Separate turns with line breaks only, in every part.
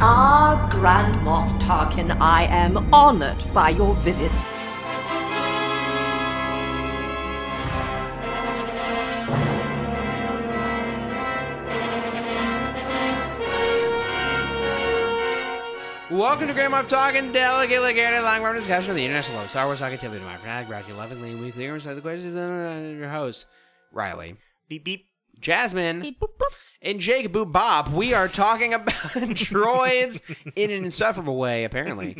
Ah, Grand Moff Tarkin, I am honored by your visit.
Welcome to Grand Moff Talking, delicate, legated, long form discussion of the international love of Star Wars activity. My fanatic, brought to you lovingly and weekly, inside the questions, and your host, Riley,
Beep beep.
Jasmine,
Beep boop boop.
and Jake Boo Bob. We are talking about droids in an insufferable way, apparently.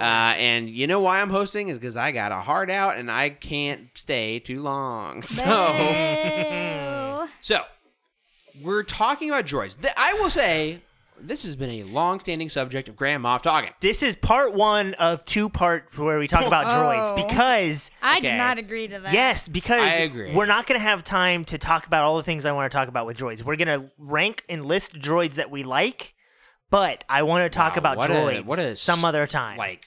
Uh, and you know why I'm hosting is because I got a heart out and I can't stay too long. So.
Boo.
So, we're talking about droids. Th- I will say, this has been a long-standing subject of Grand Moff Tarkin.
This is part one of two part where we talk about droids
Oh.
because
I
Okay.
do not agree to that.
yes, because
I agree.
we're not gonna have time to talk about all the things I want to talk about with droids. We're gonna rank and list droids that we like, but I want to talk
Wow,
about
what a-
droids
what a
some
s-
other time.
Like,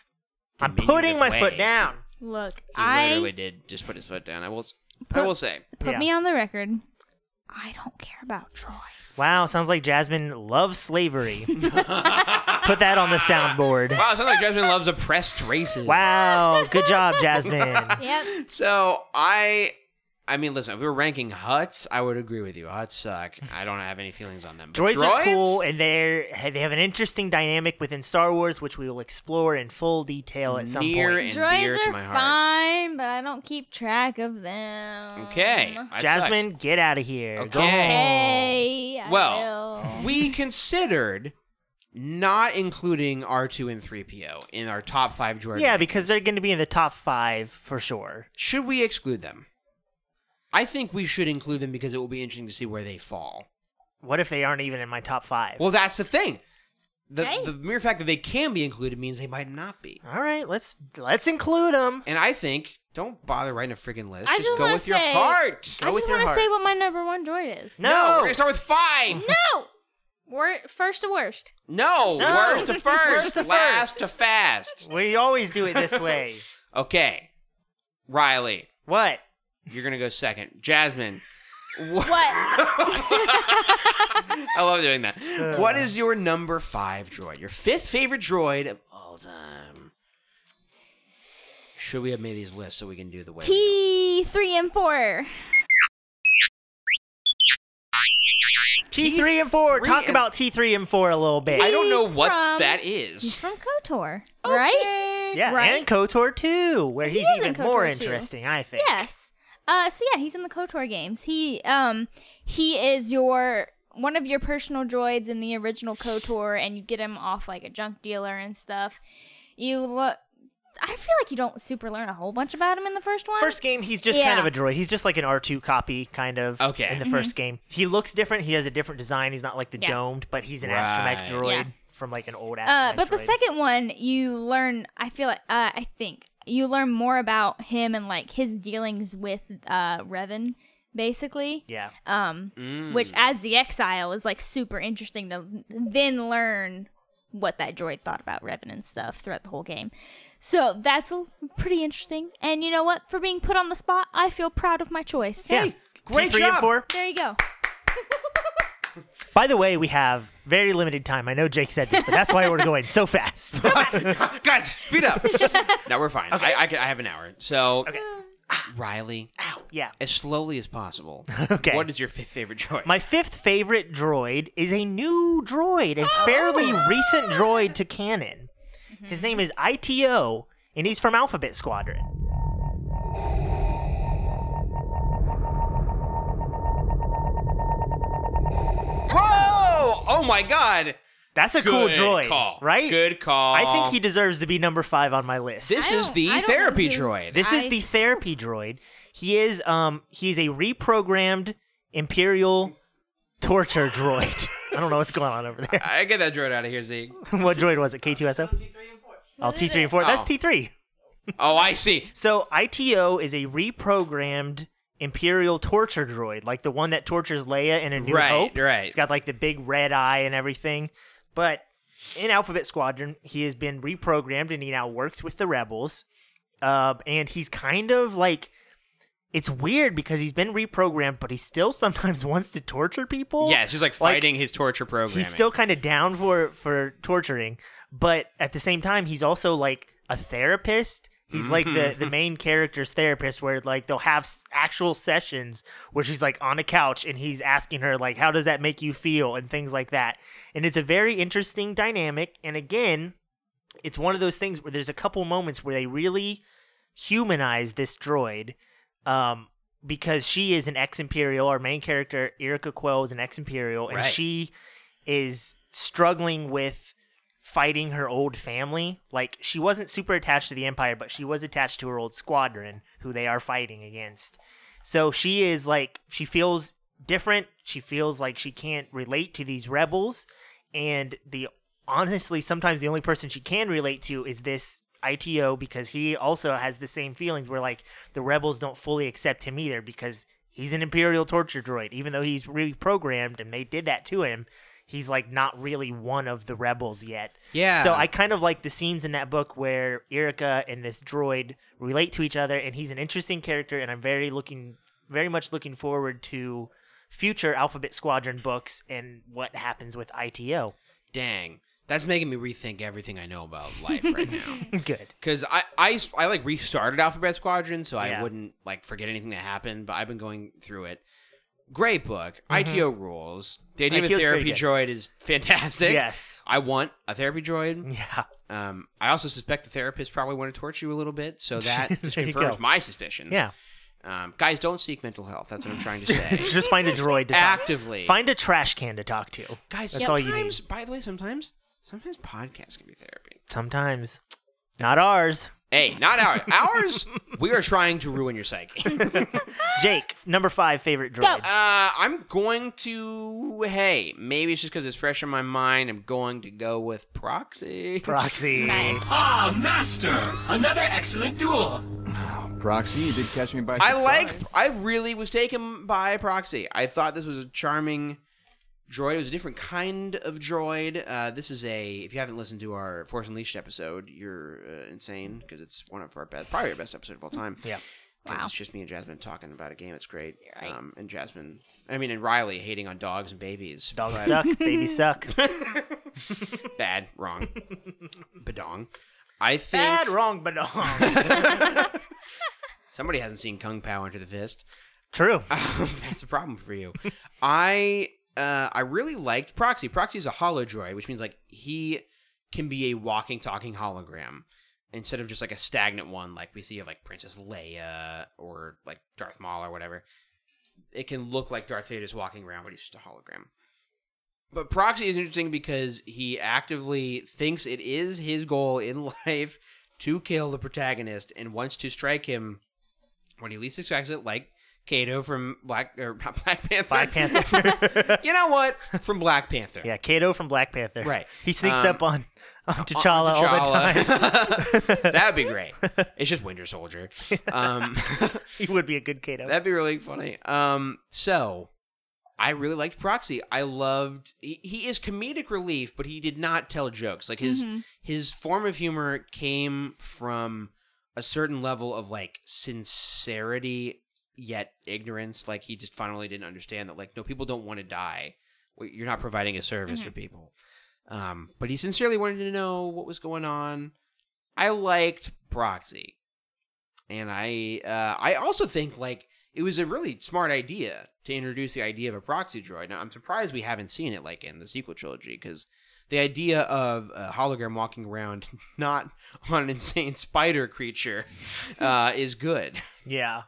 I'm
diminutive
putting my
way
foot
to-
down.
Look,
He literally
I
did just put his foot down. I will. s- I
Put-
will say.
put
Yeah.
me on the record. I don't care about droids.
Wow, sounds like Jasmine loves slavery. Put that on the soundboard.
Wow, it sounds like Jasmine loves oppressed races.
Wow, good job, Jasmine.
Yep.
So I, I mean, listen. If we were ranking huts, I would agree with you. Huts suck. I don't have any feelings on them. But
Droids, are cool, and they they have an interesting dynamic within Star Wars, which we will explore in full detail at some
Near
point.
and dear
droids
to
are
my heart.
fine, but I don't keep track of them.
Okay,
Um,
that sucks.
Jasmine, get out of here.
Okay.
Go home.
Hey. I
Well,
will.
we considered not including R2 and 3PO in our top five droid.
yeah,
rankings.
because they're going to be in the top five for sure.
should we exclude them? I think we should include them because it will be interesting to see where they fall.
What if they aren't even in my top five?
Well, that's the thing. The,
Hey.
the mere fact that they can be included means they might not be.
All right, let's let's include them.
And I think don't bother writing a freaking list.
I
just
just
go
wanna
with your
say-
heart.
Go
I
with
just
your
want to
heart.
say what my number one droid is.
No,
we're gonna start with five.
No. Wor- first to worst.
No,
No.
worst to
Worst
first,
to
last
first.
to fast.
we always do it this way.
Okay, Riley,
what?
you're gonna go second. Jasmine, wha-
What?
I love doing that.
Uh.
What is your number five droid? Your fifth favorite droid of all time? Should we have made these lists so we can do the way? we go?
T three and four.
T three and four.
T3
Talk
and-
about T three and four a little bit.
I don't know
He's
what
from-
that
He's
is.
from Kotor, right?
yeah,
right?
and Kotor too, where
He
he's
is in
even more
KOTOR 2.
interesting. I think.
Yes. Uh, so yeah, he's in the Kotor games. He um he is your one of your personal droids in the original Kotor, and you get him off like a junk dealer and stuff. You look. I feel like you don't super learn a whole bunch about him in the first one.
First game, he's just kind
Yeah. Mm-hmm.
of a droid. He's just like an R2 copy, kind of.
Okay.
In the first game, he looks different. He has a different design. He's not like the
Yeah.
domed, but he's an
Right.
astromech droid
Yeah.
from like an old
Uh,
astromech.
but the
droid.
second one, you learn. I feel like uh, I think you learn more about him and like his dealings with uh, Revan, basically.
yeah,
Um, which as the exile is like super interesting to then learn what that droid thought about Revan and stuff throughout the whole game. So that's a, pretty interesting. And you know what? For being put on the spot, I feel proud of my choice.
yeah.
great
T3
job.
And four.
There you go.
By the way, we have very limited time. I know Jake said this, but that's why we're going so fast.
Guys, speed up. no, we're fine. I, I, can- I have an hour. So, Riley,
yeah.
as slowly as possible.
Okay.
What is your fifth favorite droid?
My fifth favorite droid is a new droid, a
Oh!
fairly recent droid to canon. His
Mm-hmm.
name is ITO, and he's from Alphabet Squadron.
Whoa! Oh my God!
That's a cool
Good
droid,
call.
right?
Good call.
I think he deserves to be number five on my list.
This
I
is
don't-
the
I don't know
therapy
who-
droid.
This
I-
is the therapy droid. He is um he's a reprogrammed Imperial torture droid. I don't know what's going on over there.
I get that droid out of here, Z.
what droid was it? K2SO? Oh, T3 and 4.
Oh.
That's T3.
Oh, I see.
So ITO is a reprogrammed Imperial torture droid, like the one that tortures Leia in A New
Right,
Hope.
right.
It's got like the big red eye and everything. But in Alphabet Squadron, he has been Um, reprogrammed and he now works with the rebels. Uh, and he's kind of like it's weird because he's been reprogrammed, but he still sometimes wants to torture people.
Yeah, it's just like fighting his torture program.
he's still kind of down for for torturing, but at the same time, he's also like a therapist. He's like the, the main character's therapist, where like they'll have s- actual sessions where she's like on a couch and he's asking her like, "How does that make you feel?" and things like that. And it's a very interesting dynamic. And again, it's one of those things where there's a couple moments where they really humanize this droid um, because she is an ex Imperial. Our main character, Erica Quell, is an ex Imperial, and
Right.
she is struggling with fighting her old family. Like, she wasn't super attached to the Empire, but she was attached to her old squadron, who they are fighting against. So she is like, she feels different. She feels like she can't relate to these rebels. And the honestly, sometimes the only person she can relate to is this ITO because he also has the same feelings where like the rebels don't fully accept him either because he's an Imperial torture droid. Even though he's reprogrammed and they did that to him, he's like not really one of the rebels yet.
Yeah.
So I kind of like the scenes in that book where Erika and this droid relate to each other, and he's an interesting character, and I'm very looking, very much looking forward to future Alphabet Squadron books and what happens with ITO.
Dang, that's making me rethink everything I know about life right now.
Good.
Because I, I, I like restarted Alphabet Squadron, so I
Yeah.
wouldn't like forget anything that happened. But I've been going through it. Great book.
Mm-hmm.
ITO rules. The idea of a
ITO 's
therapy
pretty good.
droid is fantastic.
Yes.
I want a therapy droid.
Yeah.
Um, I also suspect the therapist probably want to torture you a little bit, so that just
There you
confirms
go.
my suspicions.
Yeah.
Um, guys, don't seek mental health. That's what I'm trying to say.
Just find a droid to talk.
Actively,
Find a trash can to talk to.
guys.
That's all you
sometimes,
need.
by the way, sometimes, sometimes podcasts can be therapy.
Sometimes. Not ours.
Hey, not ours. ours. We are trying to ruin your psyche.
Jake, number five favorite
Go.
droid.
Uh, I'm going to. Hey, maybe it's just because it's fresh in my mind. I'm going to go with Proxy.
Proxy.
Ah, master! Another excellent duel.
Proxy, you did catch me by
I
surprise.
like. I really was taken by Proxy. I thought this was a charming droid. It was a different kind of droid. Uh, this is a. If you haven't listened to our Force Unleashed episode, you're uh, insane because it's one of our best, probably our best episode of all time.
Yeah.
Because it's just me and Jasmine talking about a game. It's great. Um, and Jasmine, I mean, and Riley hating on dogs and babies.
Dogs suck. Babies suck.
Bad. Wrong. Badong. I think
Bad, wrong, but wrong.
somebody hasn't seen Kung Pao Enter the Fist.
True.
That's a problem for you. I uh, I really liked Proxy. Proxy is a holodroid, which means like he can be a walking, talking hologram instead of just like a stagnant one, like we see of like Princess Leia or like Darth Maul or whatever. It can look like Darth Vader's walking around, but he's just a hologram. But Proxy is interesting because he actively thinks it is his goal in life to kill the protagonist and wants to strike him when he least expects it, like Kato from Black or not Black Panther.
Black Panther.
you know what? From Black Panther.
yeah, Kato from Black Panther.
Right.
He sneaks
Um,
up on, on T'Challa, all the time.
that would be great. It's just Winter Soldier. Um,
he would be a good Kato.
that'd be really funny. Um, so I really liked Proxy. I loved. He, he is comedic relief, but he did not tell jokes. Like his his form of humor came from a certain level of like sincerity yet ignorance like he just finally didn't understand that like no people don't want to die you're not providing a service for people um but he sincerely wanted to know what was going on i liked proxy and i uh i also think like it was a really smart idea to introduce the idea of a proxy droid now i'm surprised we haven't seen it like in the sequel trilogy because the idea of a hologram walking around not on an insane spider creature uh, is good
yeah.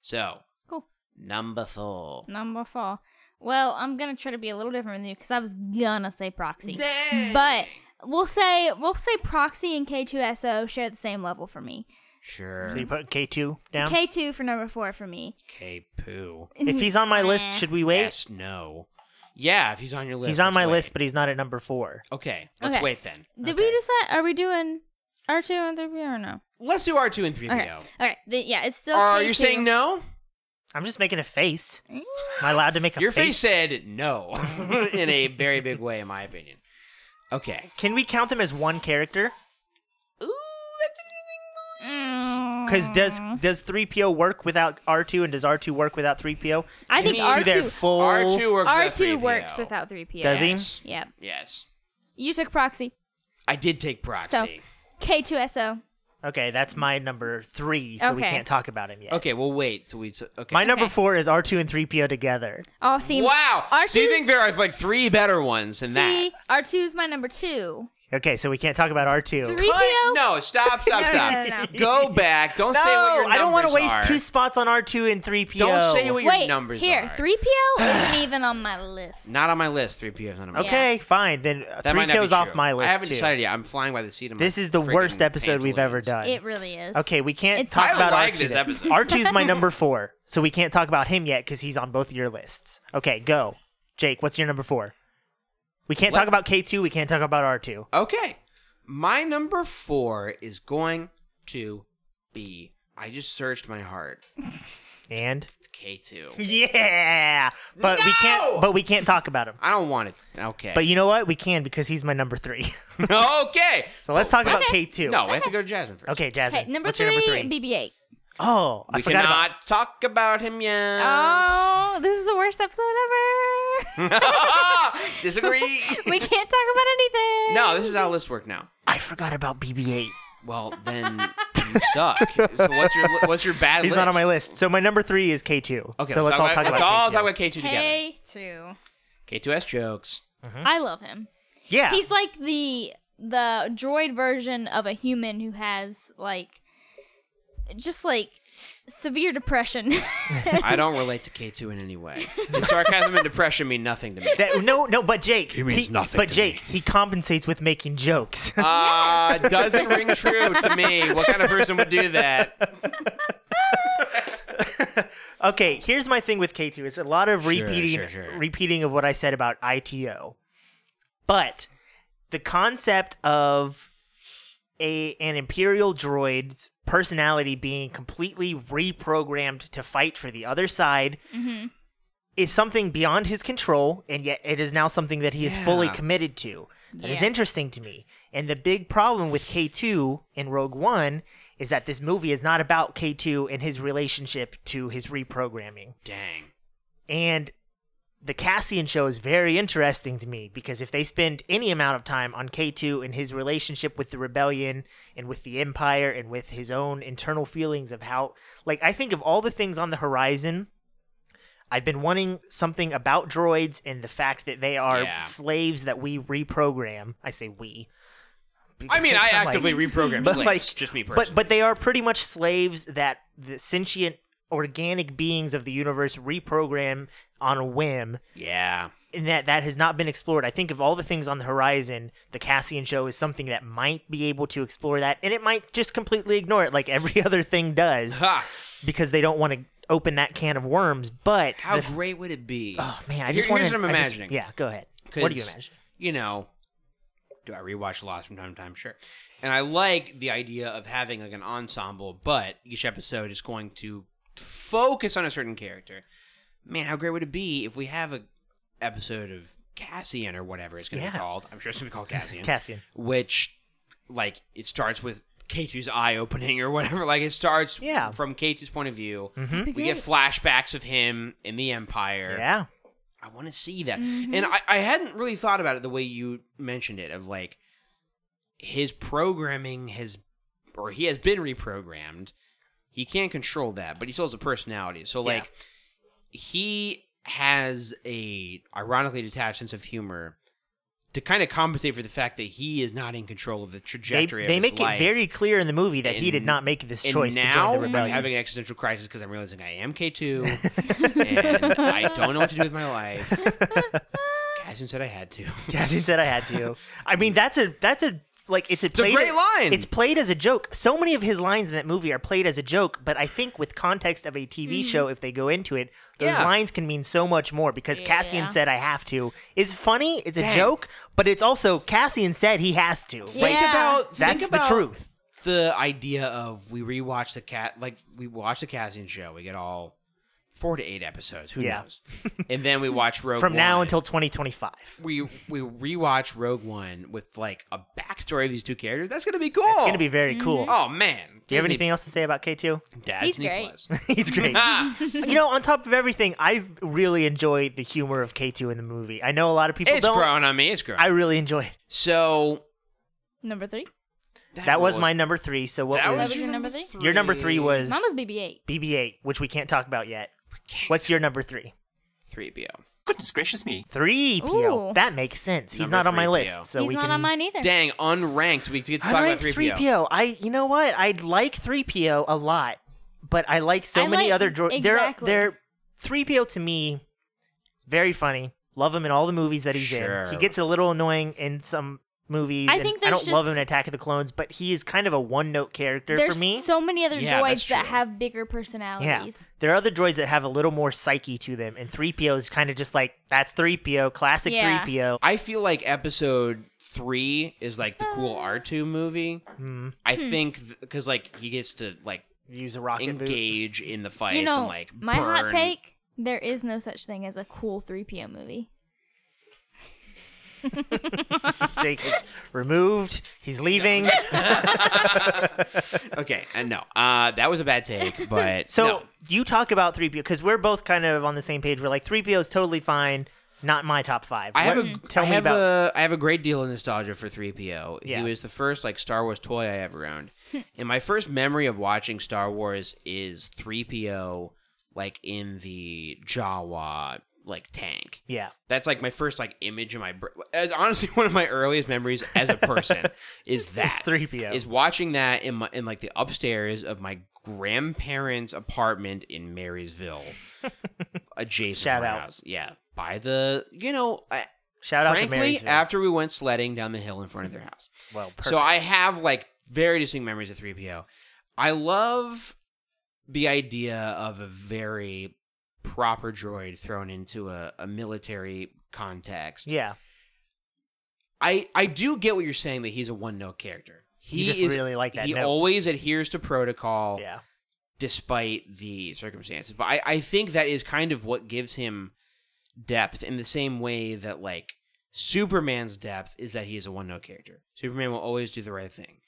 so
Cool.
Number four.
Number four. Well, I'm gonna try to be a little different than you because I was gonna say proxy,
Dang.
but we'll say we'll say proxy and K2SO share the same level for me.
So
Sure.
you put K2 down?
K2 for number four for me.
K poo.
if he's on my list, should we wait?
Yes, no. Yeah, if he's on your list.
He's on
let's
my
wait.
list, but he's not at number four.
Okay, let's
Okay.
wait then.
Did we decide? Are we doing R2 and 3PO or no?
Let's do R two and three PO.
Okay. All right. The, yeah, it's still.
Are
K2.
you saying no?
I'm just making a face. Am I allowed to make a
Your face
face?
said no in a very big way, in my opinion. Okay.
Can we count them as one character?
Ooh, that's
Mm,
Because does does three PO work without R two, and does R two work without three PO?
I think
Do their
R2
full.
R two
Oh.
works.
R
without
two
3PO.
works without three PO.
Does he?
Yes.
Yep.
Yes.
You took proxy.
I did take proxy.
K two S O.
Okay, that's my number three, so we
Okay.
can't talk about him yet.
Okay, we'll wait till we. so- Okay.
My number
Okay.
four is R two and three PO together.
All seem
wow.
R
so you think there are like three better ones than that?
R two is my number two.
Okay, so we can't talk about R two.
Three PO.
Cut- No, stop, stop,
No,
stop.
no, no,
Go back. Don't
No,
say what your
I don't want
want
to waste two spots on R two and three PO.
Don't say what your
Wait,
numbers
here.
are.
Three PO isn't even on my list.
Not on my list. Three PO's on my list.
Okay, fine. Then uh,
That
three
might not
PO's
be
off
true.
my list
I haven't
too.
decided yet. I'm flying by the seat of my
This is the
friggin'
worst episode we've ever
pantaloons.
done.
It really is.
Okay, we can't
It's
talk
I
about
like
R2
this
then.
episode.
R2's my number four, so we can't talk about him yet because he's on both of your lists. Okay, go. Jake, what's your number four? We can't
What?
talk about K2, we can't talk about R2.
Okay. My number four is going to be. I just searched my heart.
And
It's K2.
yeah, but we
No!
can't. But we can't talk about him.
I don't want it. Okay.
But you know what? We can because he's my number three.
okay.
So let's talk about
Okay.
K2.
No, we have to go to Jasmine first.
Okay, Jasmine.
Okay, number
what's
three,
your number three?
BB-8.
oh, I
We
forgot
cannot
about.
talk about him yet.
Oh, this is the worst episode ever.
Disagree.
we can't talk about anything.
no, this is how lists work now.
I forgot about BB-8.
Well, then you suck. So what's your what's your bad
He's
list?
not on my list. So my number three is K2.
Okay,
so let's all
about,
talk
let's
about.
all
K2.
talk about K2 together.
K two.
K2S jokes.
I love him.
Yeah,
He's like the the droid version of a human who has like just like severe depression.
Mm-hmm.
I don't relate to K2 in any way. His sarcasm and depression mean nothing to me.
That, no, no, but Jake. He
means nothing
But
to
Jake,
me.
he compensates with making jokes.
Uh, doesn't ring true to me. What kind of person would do that?
okay, here's my thing with K2. It's a lot of repeating,
sure, sure.
repeating of what I said about ITO, but the concept of a an Imperial droid's personality being completely reprogrammed to fight for the other side. Is something beyond his control, and yet it is now something that he is fully
Yeah.
committed to. That is
Yeah.
interesting to me. And the big problem with K2 in Rogue One is that this movie is not about K2 and his relationship to his reprogramming.
Dang.
And the Cassian show is very interesting to me because if they spend any amount of time on K2 and his relationship with the rebellion and with the empire and with his own internal feelings of how like I think of all the things on the horizon I've been wanting something about droids and the fact that they are
Yeah.
slaves that we reprogram. I say we.
I mean, I
because I'm like-
actively reprogram
but
slaves.
like,
just me personally.
but but they are pretty much slaves that the sentient organic beings of the universe reprogram on a whim
yeah.
and that that has not been explored. I think of all the things on the horizon, the Cassian show is something that might be able to explore that, and it might just completely ignore it, like every other thing does,
Ha.
because they don't want to open that can of worms. But
How
the-
great would it be?
oh man, I
Here-
just want
here's
to.
what I'm imagining.
yeah, go ahead. What do you
'Cause,
imagine?
You know, do I rewatch Lost from time to time? Sure. And I like the idea of having like an ensemble, but each episode is going to focus on a certain character. Man, how great would it be if we have a episode of Cassian or whatever it's going to be
Yeah.
called? I'm sure it's going to be called Cassian.
Cassian.
Which, like, it starts with K2's eye opening or whatever. Like, it starts
Yeah. Mm-hmm.
from K2's point of view.
That'd be
We get
great.
flashbacks of him in the Empire.
Yeah,
I want to see that.
Mm-hmm.
And I, I hadn't really thought about it the way you mentioned it of like his programming has, or he has been reprogrammed. He can't control that, but he still has a personality. So,
Yeah.
like, he has a ironically detached sense of humor to kind of compensate for the fact that he is not in control of the
they,
trajectory
they
of his
make it
life.
very clear in the movie that he did
And-
not make this
and
choice to
now
join the
I'm
rebellion.
having an existential crisis because I'm realizing I am K2 and I don't know what to do with my life. Cassian said I had to.
Cassian said I had to. I mean, that's a that's a like it's a
a
played,
great line.
It's played as a joke. So many of his lines in that movie are played as a joke, but I think with context of a TV
Mm-hmm.
show, if they go into it, those
Yeah.
lines can mean so much more because Cassian
Yeah.
said I have to is funny. It's a joke, but it's also Cassian said he has to. Like,
Think
Yeah.
about
that's
think
the
about
truth.
The idea of we rewatch the cat like we watch the Cassian show, we get all four to eight episodes. Who
Yeah.
knows? And then we watch Rogue
From now
One.
until 2025.
we we rewatch Rogue One with like a backstory of these two characters. That's gonna be cool.
It's going to be very
Mm-hmm.
cool.
Oh man,
Do you have
Disney
anything else to say about K2?
Dad's
He's
knee
great.
plus.
He's great.
Ah,
you know, on top of everything, I really enjoyed the humor of K2 in the movie. I know a lot of people
it's
don't.
grown on me. It's grown.
I really enjoyed it.
so
Number three.
That was my number three. So what
That
That
was,
was your number three.
your number three was
Mine was BB-8.
BB-8, which we can't talk about yet.
can't.
What's your number three?
three PO.
Goodness gracious me.
Three PO.
Ooh.
That makes sense. He's
Number
not on my
3PO.
list, so
He's
we
not
can.
on mine either.
Dang, unranked. We get to
I
talk
like
about three PO.
I you know what? I like three PO a lot, but I like so
I
many
like-
other droids. They're
exactly.
they're three PO to me, very funny. Love him in all the movies that he's in. He
Sure.
gets a little annoying in some movies.
I
and
think
I don't
there's
love him
just-
in Attack of the Clones, but he is kind of a one note character
There's
for me.
so many other
Yeah, that's
droids that
true.
have bigger
Yeah.
personalities.
There are other droids that have a little more psyche to them, and 3PO is kind of just like, that's 3PO, classic
Yeah.
3PO.
I feel like episode three is like the
Uh.
cool R two movie.
Hmm.
I
Hmm.
think because like he gets to like
Use a rocket boot.
engage in the fights
You know,
and like
my hot
burn-
take: there is no such thing as a cool 3PO movie.
Jake is removed. He's leaving.
Okay, and no, uh, that was a bad take, but
So
no.
you talk about 3PO because we're both kind of on the same page. We're like, 3PO is totally fine. Not my top five.
I have
What-
a
tell
I
me
have a
about.
I have a great deal of nostalgia for 3PO.
Yeah.
He was the first like Star Wars toy I ever owned. and my first memory of watching Star Wars is 3PO like in the Jawa like tank.
yeah,
That's like my first like image in my br- as honestly one of my earliest memories as a person is that
3PO.
is watching that in my in like the upstairs of my grandparents' apartment in Marysville, adjacent
Shout
to my
out.
house. Yeah, by the you know, I,
shout out to
frankly
Marysville.
after we went sledding down the hill in front of their house.
well, perfect.
So I have like very distinct memories of 3PO. I love the idea of a very proper droid thrown into a, a military context.
yeah,
I I do get what you're saying that he's a one note character. He
just
is
really like that
He
note.
always adheres to protocol
yeah,
despite the circumstances. But I, I think that is kind of what gives him depth in the same way that like Superman's depth is that he is a one note character. Superman will always do the right thing.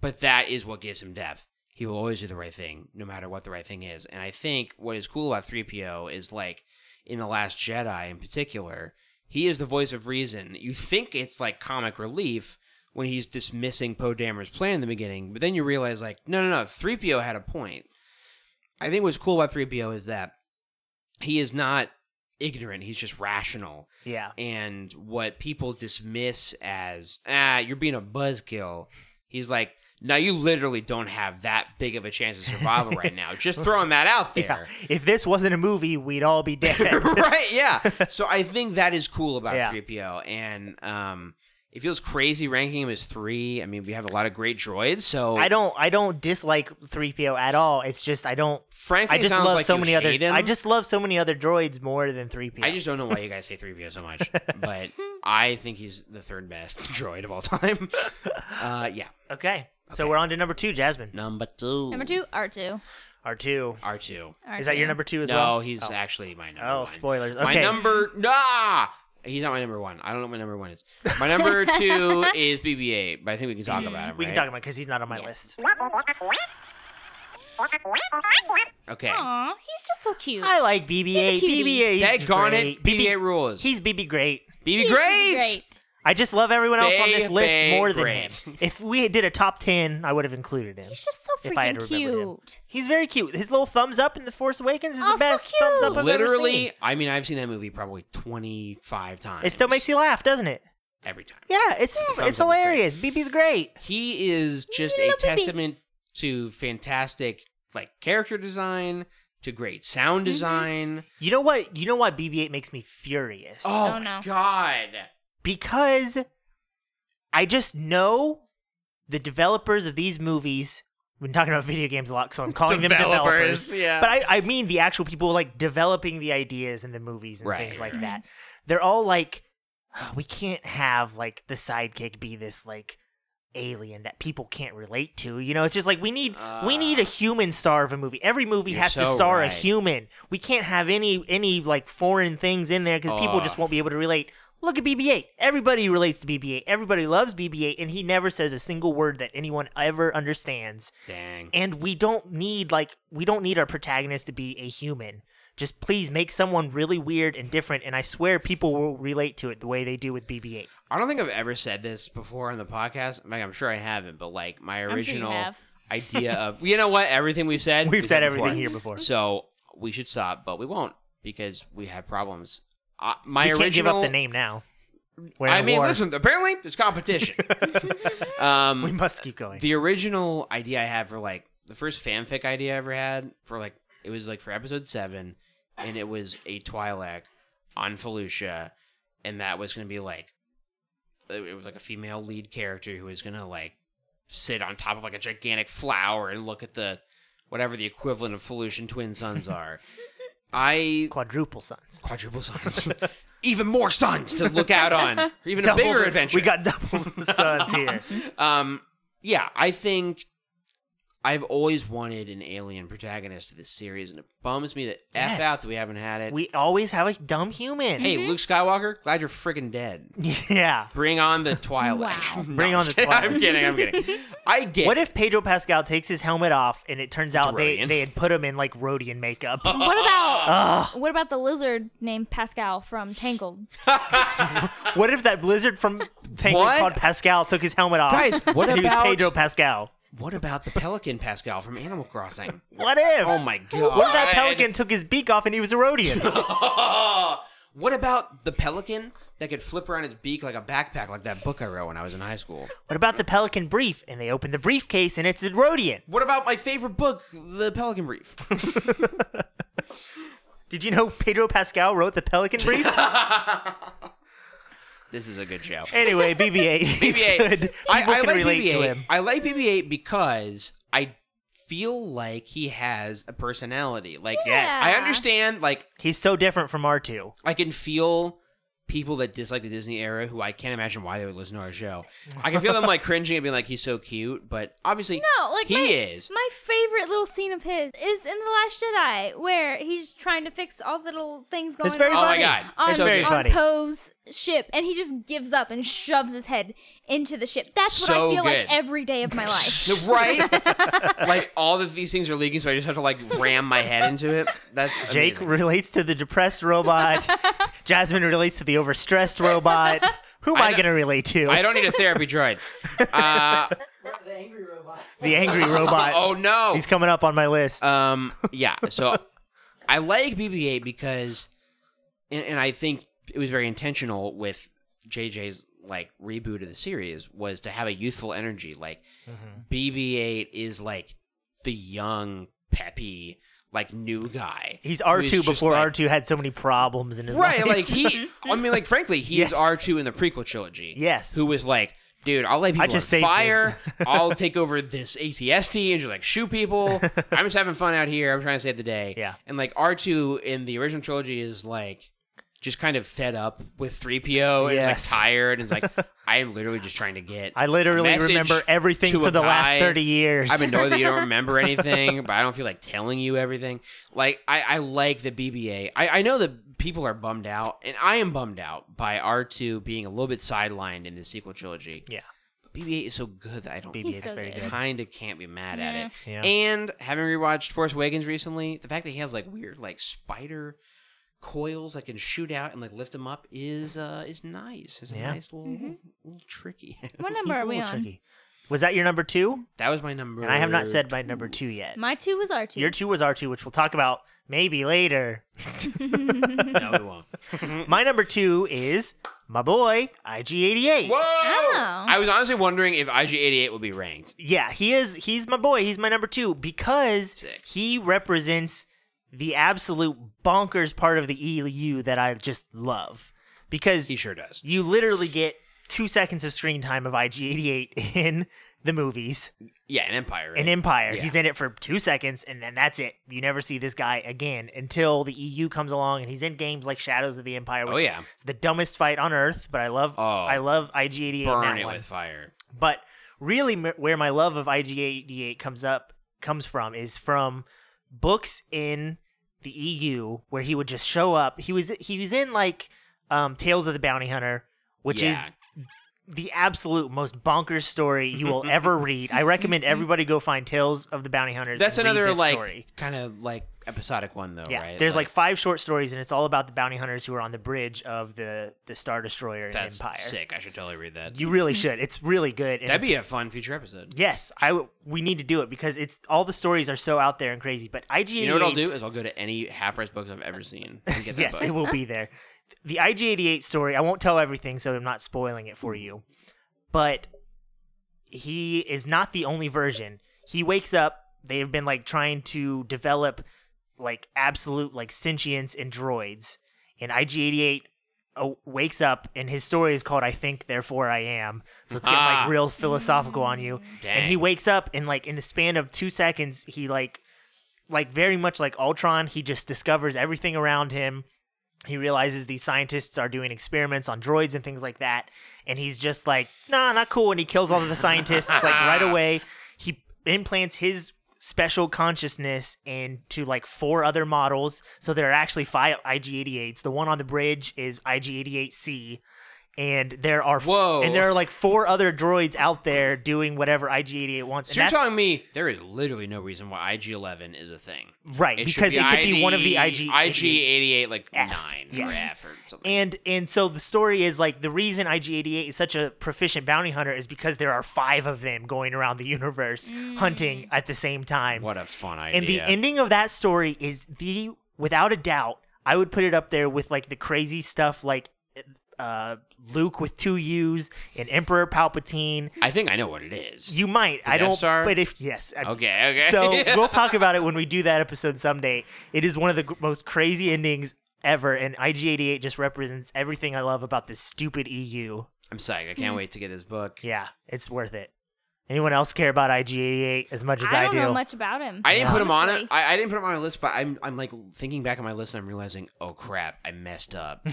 But that is what gives him depth. He will always do the right thing, no matter what the right thing is. And I think what is cool about 3PO is like in The Last Jedi in particular, he is the voice of reason. You think it's like comic relief when he's dismissing Poe Dameron's plan in the beginning, but then you realize like, no, no, no, 3PO had a point. I think what's cool about 3PO is that he is not ignorant, he's just rational.
yeah.
And what people dismiss as, ah, you're being a buzzkill, he's like, no, you literally don't have that big of a chance of survival right now. Just throwing that out there.
yeah. If this wasn't a movie, we'd all be dead.
right yeah so i think that is cool about
Yeah.
3po and um it feels crazy ranking him as three i mean we have a lot of great droids so
I don't I don't dislike 3PO at all. It's just I don't
frankly
I
it
just
sounds
love
like
so
you
many
hate
other
him.
I just love so many other droids more than 3PO.
i just don't know why you guys say 3po so much but i think he's the third best droid of all time uh yeah
okay. So
Okay.
we're on to number 2, Jasmine.
number two
Number two, R2.
R2.
r2
Is that your number 2 as
no
well?
he's
oh.
actually my number
Oh,
one.
spoilers.
my
Okay.
number nah He's not my number one. I don't know what my number one is. My number two is BB-8, but I think we can talk about him.
we can
right?
talk about cuz he's not on my list.
Okay.
Aw, he's just so cute.
I like BB-8.
He's a cutie.
BB-8. is
Daggone it,
great. BB
BB-8 rules.
He's BB great.
BB
He's
Grace.
great.
I just love everyone else on this
Bay,
list
bay,
more than
great.
him. If we did a top 10, I would have included him.
He's just so
If I had remembered
freaking
him.
cute.
He's very cute. His little thumbs up in The Force Awakens is
Oh,
the
so
best thumbs up
cute.
I've ever seen.
Literally, I mean, I've seen that movie probably twenty five times.
It still makes you laugh, doesn't it?
every time.
Yeah, it's
up is great.
it's hilarious. BB's great.
He is just a
Little baby.
testament to fantastic like character design, to great sound
Mm-hmm.
design.
You know what? You know why BB-8 makes me furious?
Oh,
Oh,
my
no.
god!
Because I just know the developers of these movies. We've been talking about video games a lot, so I'm calling them
Developers,
developers.
yeah.
But I, I mean the actual people like developing the ideas in the movies and
Right,
things like
right.
that. They're all like, "Oh, we can't have like the sidekick be this like alien that people can't relate to. You know, it's just like we need we need a human star of a movie. Every movie
Ah. You're
has to
so
star a
right.
human. We can't have any any like foreign things in there because people just won't be able to relate. Look at BB-8. Everybody relates to BB-8. Everybody loves BB-8, and he never says a single word that anyone ever understands
Dang.
and we don't need like we don't need our protagonist to be a human just please make someone really weird and different and i swear people will relate to it the way they do with bb8
I don't think I've ever said this before on the podcast. Like, I'm sure I haven't, but like my
sure you
original
have.
idea of you know what everything we've said
we've said everything
before.
here before
So we should stop, but we won't because we have problems. Uh, my
you
original
can't give up the name now We're
I
in
mean,
war.
listen. Apparently, there's competition.
we
um,
must keep going
the original idea I had for like the first fanfic idea I ever had for like it was like for episode seven, and it was a Twi'lek on Felucia, and that was gonna be like uh, it it was like a female lead character who was gonna like sit on top of like a gigantic flower and look at the whatever the equivalent of Felucian twin suns are. I
quadruple sons
quadruple suns, even more suns to look out on, or even a bigger
Double-
adventure.
we got double the sons here
Um, yeah, I think I've always wanted an alien protagonist to this series, and it bums me the
Yes.
f out that we haven't had it.
we always have a dumb human
hey, Luke Skywalker, glad you're freaking dead.
yeah
Bring on the Twilight.
Wow.
Bring on the
I'm kidding. I'm kidding. I get.
what if Pedro Pascal takes his helmet off and it turns out they,
Rodian.
they had put him in like Rodian makeup?
What
Ah.
about what about the lizard named Pascal from Tangled?
What if that blizzard from Tangled
What?
called Pascal took his helmet off?
Guys, what
and he was
about-
Pedro Pascal?
What about the pelican Pascal from Animal Crossing?
What if?
Oh my god!
What if that pelican took his beak off and he was a Rhodian?
What about the pelican that could flip around its beak like a backpack, like that book I wrote when I was in high school?
what about the pelican brief? And they opened the briefcase and it's a Rhodian.
What about my favorite book, The Pelican Brief?
Did you know Pedro Pascal wrote the pelican brief?
This is a good show.
anyway, BB-8. He's
BB-8.
good. People
I, I
can
like
relate
BB-8.
to him.
I like BB-8 because I feel like he has a personality. Like,
Yes.
I understand. Like,
He's so different from R2.
I can feel people that dislike the Disney era who I can't imagine why they would listen to our show. I can feel them like cringing and being like, "He's so cute," but obviously,
No, like
he
my,
is.
My favorite little scene of his is in the Last Jedi, where he's trying to fix all the little things going
very
on.
Oh my God.
On,
It's so
very
on
funny.
Poe's ship, and he just gives up and shoves his head into the ship. That's what
So
I feel
good.
like every day of my life.
No, right? like all of these things are leaking, so I just have to like ram my head into it. That's
Jake
amazing.
relates to the depressed robot. Jasmine relates to the overstressed robot. Who am
I
I,
don't-
going to relate to?
I don't need a therapy droid. Uh,
the angry robot.
oh no,
He's coming up on my list.
Um, yeah. So I like BB-8 because, and, and I think it was very intentional with JJ's like reboot of the series was to have a youthful energy. Like
Mm-hmm.
BB-8 is like the young, peppy, like new guy.
He's
who
R
is
two
just,
before
like-
R two had so many problems in his
Right,
life.
like he. I mean, like frankly, he
Yes.
is R two in the prequel trilogy.
Yes.
who was like, dude, I'll light people
just
on
saved
fire. I'll take over this ATST and just like shoot people. I'm just having fun out here. I'm trying to save the day.
Yeah.
and like R two in the original trilogy is like. Just kind of fed up with 3PO and it's like
Yes.
tired and it's like, I am literally just trying to get.
I literally
a message
remember everything
to
for
a
the last
guy.
thirty years.
I'm annoyed that you don't remember anything, but I don't feel like telling you everything. Like I, I like the BBA. I, I know that people are bummed out, and I am bummed out by R2 being a little bit sidelined in the sequel trilogy.
yeah,
BB-8 is so good that I don't
BB-8 is
so
very
good.
good.
kind of can't be mad at it.
Yeah.
And having rewatched Force Awakens recently, the fact that he has like weird like spider coils that can shoot out and like lift him up is uh is nice. It's a
Yeah.
nice little, little tricky.
What
He's
number
a
are we
little
on?
tricky. Was that your number two?
that was my number.
And I have not said my number two yet.
My two was R two.
Your two was R two, which we'll talk about maybe later.
no, we won't. Mm.
my number two is my boy IG88.
Whoa!
Oh.
I was honestly wondering if IG88 would be ranked.
Yeah, he is. He's my boy. He's my number two because
Sick.
he represents the absolute bonkers part of the EU that I just love. Because
He sure does.
you literally get two seconds of screen time of IG88 in the movies.
Yeah, an Empire. Right?
In Empire,
Yeah.
he's in it for two seconds, and then that's it. You never see this guy again until the EU comes along, and he's in games like Shadows of the Empire. Which
Oh, yeah.
is the dumbest fight on earth. But I love,
Oh.
I love IG88. in
Burn
that
it
one.
with fire.
But really m- where my love of IG88 comes up comes from is from books in the EU where he would just show up. He was he was in like um, Tales of the Bounty Hunter, which is
yeah.
the absolute most bonkers story you will ever read. I recommend everybody go find Tales of the Bounty Hunters.
that's
and read
another
this
like
story.
kind of like episodic one though,
Yeah,
right?
there's like, five short stories, and it's all about the bounty hunters who are on the bridge of the the Star Destroyer in
that's
Empire.
sick. I should totally read that.
You really should. It's really good. and
That'd
it's
be a fun future episode.
Yes, I w- we need to do it because it's all the stories are so out there and crazy. But IG88,
You know what I'll do is I'll go to any half-price books I've ever seen and get that
yes,
book.
it will be there. The IG88 story, I won't tell everything, so I'm not spoiling it
Mm.
for you. But he is not the only version. He wakes up. They have been like trying to develop like absolute like sentience and droids, and IG88 a- uh, wakes up and his story is called I think therefore I am. So it's getting
Ah.
like real philosophical on you. And he
Dang.
wakes up and like in the span of 2 seconds he like like very much like Ultron, he just discovers everything around him. He realizes these scientists are doing experiments on droids and things like that, and he's just like, "Nah, not cool." And he kills all of the scientists like right away. He implants his special consciousness into like four other models, so there are actually five IG88s. The one on the bridge is IG88C, and there are
Whoa.
and there are like four other droids out there doing whatever IG88 wants.
So
and
you're
that's-
telling me there is literally no reason why IG11 is a thing,
Right,
It should
because it could be one of the IG
IG88 like
F,
nine or
yes.
F or something.
And and so the story is like the reason IG88 is such a proficient bounty hunter is because there are five of them going around the universe hunting at the same time.
what a fun idea!
and the ending of that story is the without a doubt, I would put it up there with like the crazy stuff like uh Luke with two U's and Emperor Palpatine.
I think I know what it is.
You might. I
Death
don't
Star?
but if yes. I-
okay? Okay.
so we'll talk about it when we do that episode someday. It is one of the gr- most crazy endings ever, and IG88 just represents everything I love about this stupid EU.
I'm psyched. I
Mm.
can't wait to get this book.
Yeah, it's worth it. Anyone else care about IG88 as much as I,
I don't
do?
know much about him.
I didn't put him on it.
honestly.
I, I didn't put him on my list, but I'm I'm like thinking back on my list and I'm realizing, oh crap, I messed up.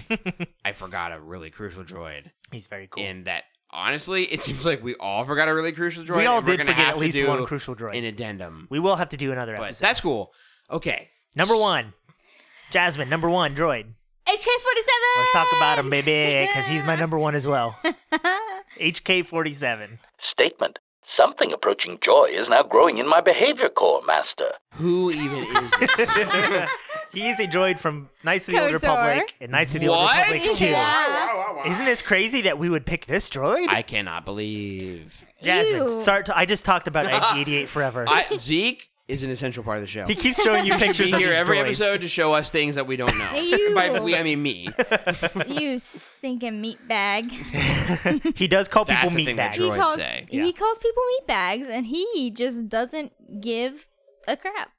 I forgot a really crucial droid,
He's very cool.
and that honestly, it seems like we all forgot a really crucial droid.
we all
and we're
did
gonna
forget
have
at
to
least
do
one crucial droid.
an addendum,
we will have to do another
but
episode.
that's cool. Okay,
number one, Jasmine. Number one, droid.
HK47.
Let's talk about him, baby, because he's my number one as well. HK47.
Statement. Something approaching joy is now growing in my behavior core, Master.
who even is this?
He is a droid from Knights of the Old
KOTOR.
Republic and Knights of the Old
What?
Republic 2.
Yeah.
Isn't this crazy that we would pick this droid?
I cannot believe.
Jasmine,
Ew.
start. To, I just talked about IG88 forever.
I, Zeke is an essential part of the show.
he keeps showing you
should
pictures
be
of
here
these
every
droids.
episode to show us things that we don't know.
Ew.
By we, I mean me.
you stinking meat bag.
He does call people
That's the thing that
meatbags.
He
droids
calls
say.
Yeah.
he calls people meat bags, and he just doesn't give a crap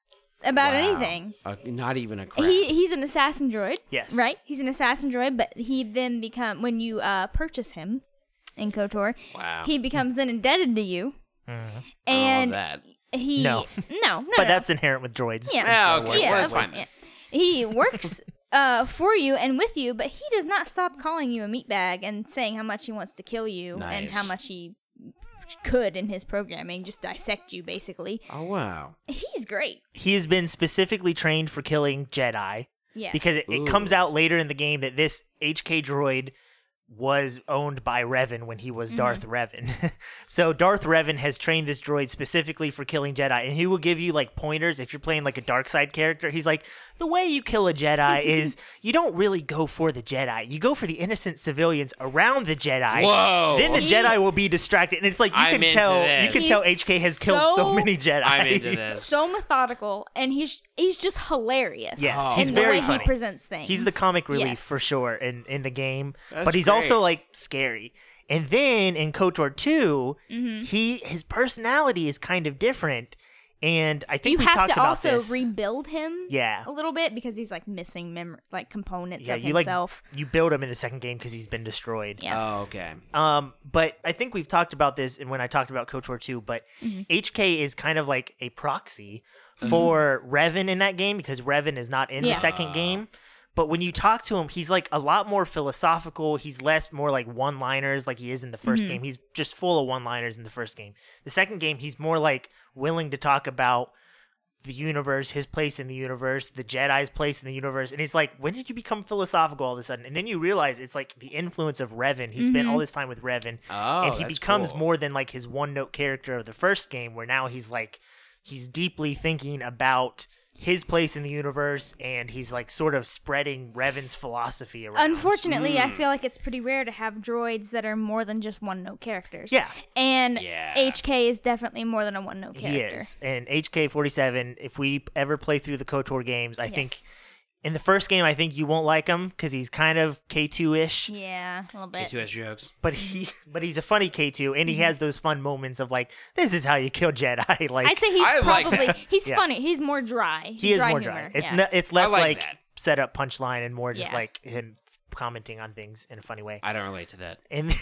about
Wow.
anything.
Uh, not even a crap.
He he's an assassin droid.
Yes.
Right? He's an assassin droid, but he then become when you uh purchase him in KOTOR,
Wow.
he becomes then indebted to you.
I don't love
And
that.
he
No.
no, no,
But
no.
that's inherent with droids.
yeah.
Yeah, Ah, okay.
yeah,
well, that's
okay,
fine. then.
yeah. He works uh for you and with you, but he does not stop calling you a meatbag and saying how much he wants to kill you and how
Nice.
much he could in his programming just dissect you basically.
Oh wow.
He's great.
He has been specifically trained for killing Jedi
Yes.
because it, it
Ooh.
comes out later in the game that this HK droid was owned by Revan when he was
Mm-hmm.
Darth Revan. so Darth Revan has trained this droid specifically for killing Jedi, and he will give you like pointers if you're playing like a dark side character. He's like, the way you kill a Jedi is you don't really go for the Jedi. You go for the innocent civilians around the Jedi.
Whoa.
Then the
He-
Jedi will be distracted, and it's like you
I'm
can
into
tell
this.
you can tell
He's
HK has killed so
so-
many Jedi.
I'm into this.
so methodical and he's he's just hilarious.
Yes, Oh. he's
in
very
the way
funny.
he presents things.
He's the comic relief
Yes.
for sure in, in the game,
That's
but he's
great.
also like scary. And then in KOTOR 2,
Mm-hmm.
he his personality is kind of different. And I think
You
we
have
talked
to
about
also
this.
rebuild him
Yeah.
a little bit because he's like missing mem- like components
yeah,
of
you
himself.
like you build him in the second game because he's been destroyed.
Yeah.
Oh okay.
Um, but I think we've talked about this and when I talked about KOTOR 2, but HK is kind of like a proxy for Revan in that game because Revan is not in
Yeah.
the second game. But when you talk to him, he's like a lot more philosophical. He's less more like one liners like he is in the 1st game. He's just full of one liners in the first game. The second game, he's more like willing to talk about the universe, his place in the universe, the Jedi's place in the universe. And it's like, when did you become philosophical all of a sudden? And then you realize it's like the influence of Revan. He spent
Mm-hmm.
all this time with Revan.
Oh,
and he
that's
becomes
cool.
more than like his one note character of the first game, where now he's like, he's deeply thinking about his place in the universe and he's like sort of spreading Revan's philosophy around.
Unfortunately, I feel like it's pretty rare to have droids that are more than just one note characters.
Yeah.
And
Yeah.
HK is definitely more than a one note
he
character.
is. And HK47, if we ever play through the KOTOR games, I think
Yes.
in the first game, I think you won't like him because he's kind of K2 ish.
Yeah, a little bit.
K2S jokes.
but he but he's a funny K2 and he has those fun moments of like this is how you kill Jedi like
Mm-hmm. I'd say he's
I like
probably
that.
he's
Yeah.
funny. He's more dry.
he is
dry
more
humor.
dry. It's
yeah.
no- it's less
like
like,
that.
set up punchline and more just
Yeah.
like him commenting on things in a funny way.
I don't relate to that.
And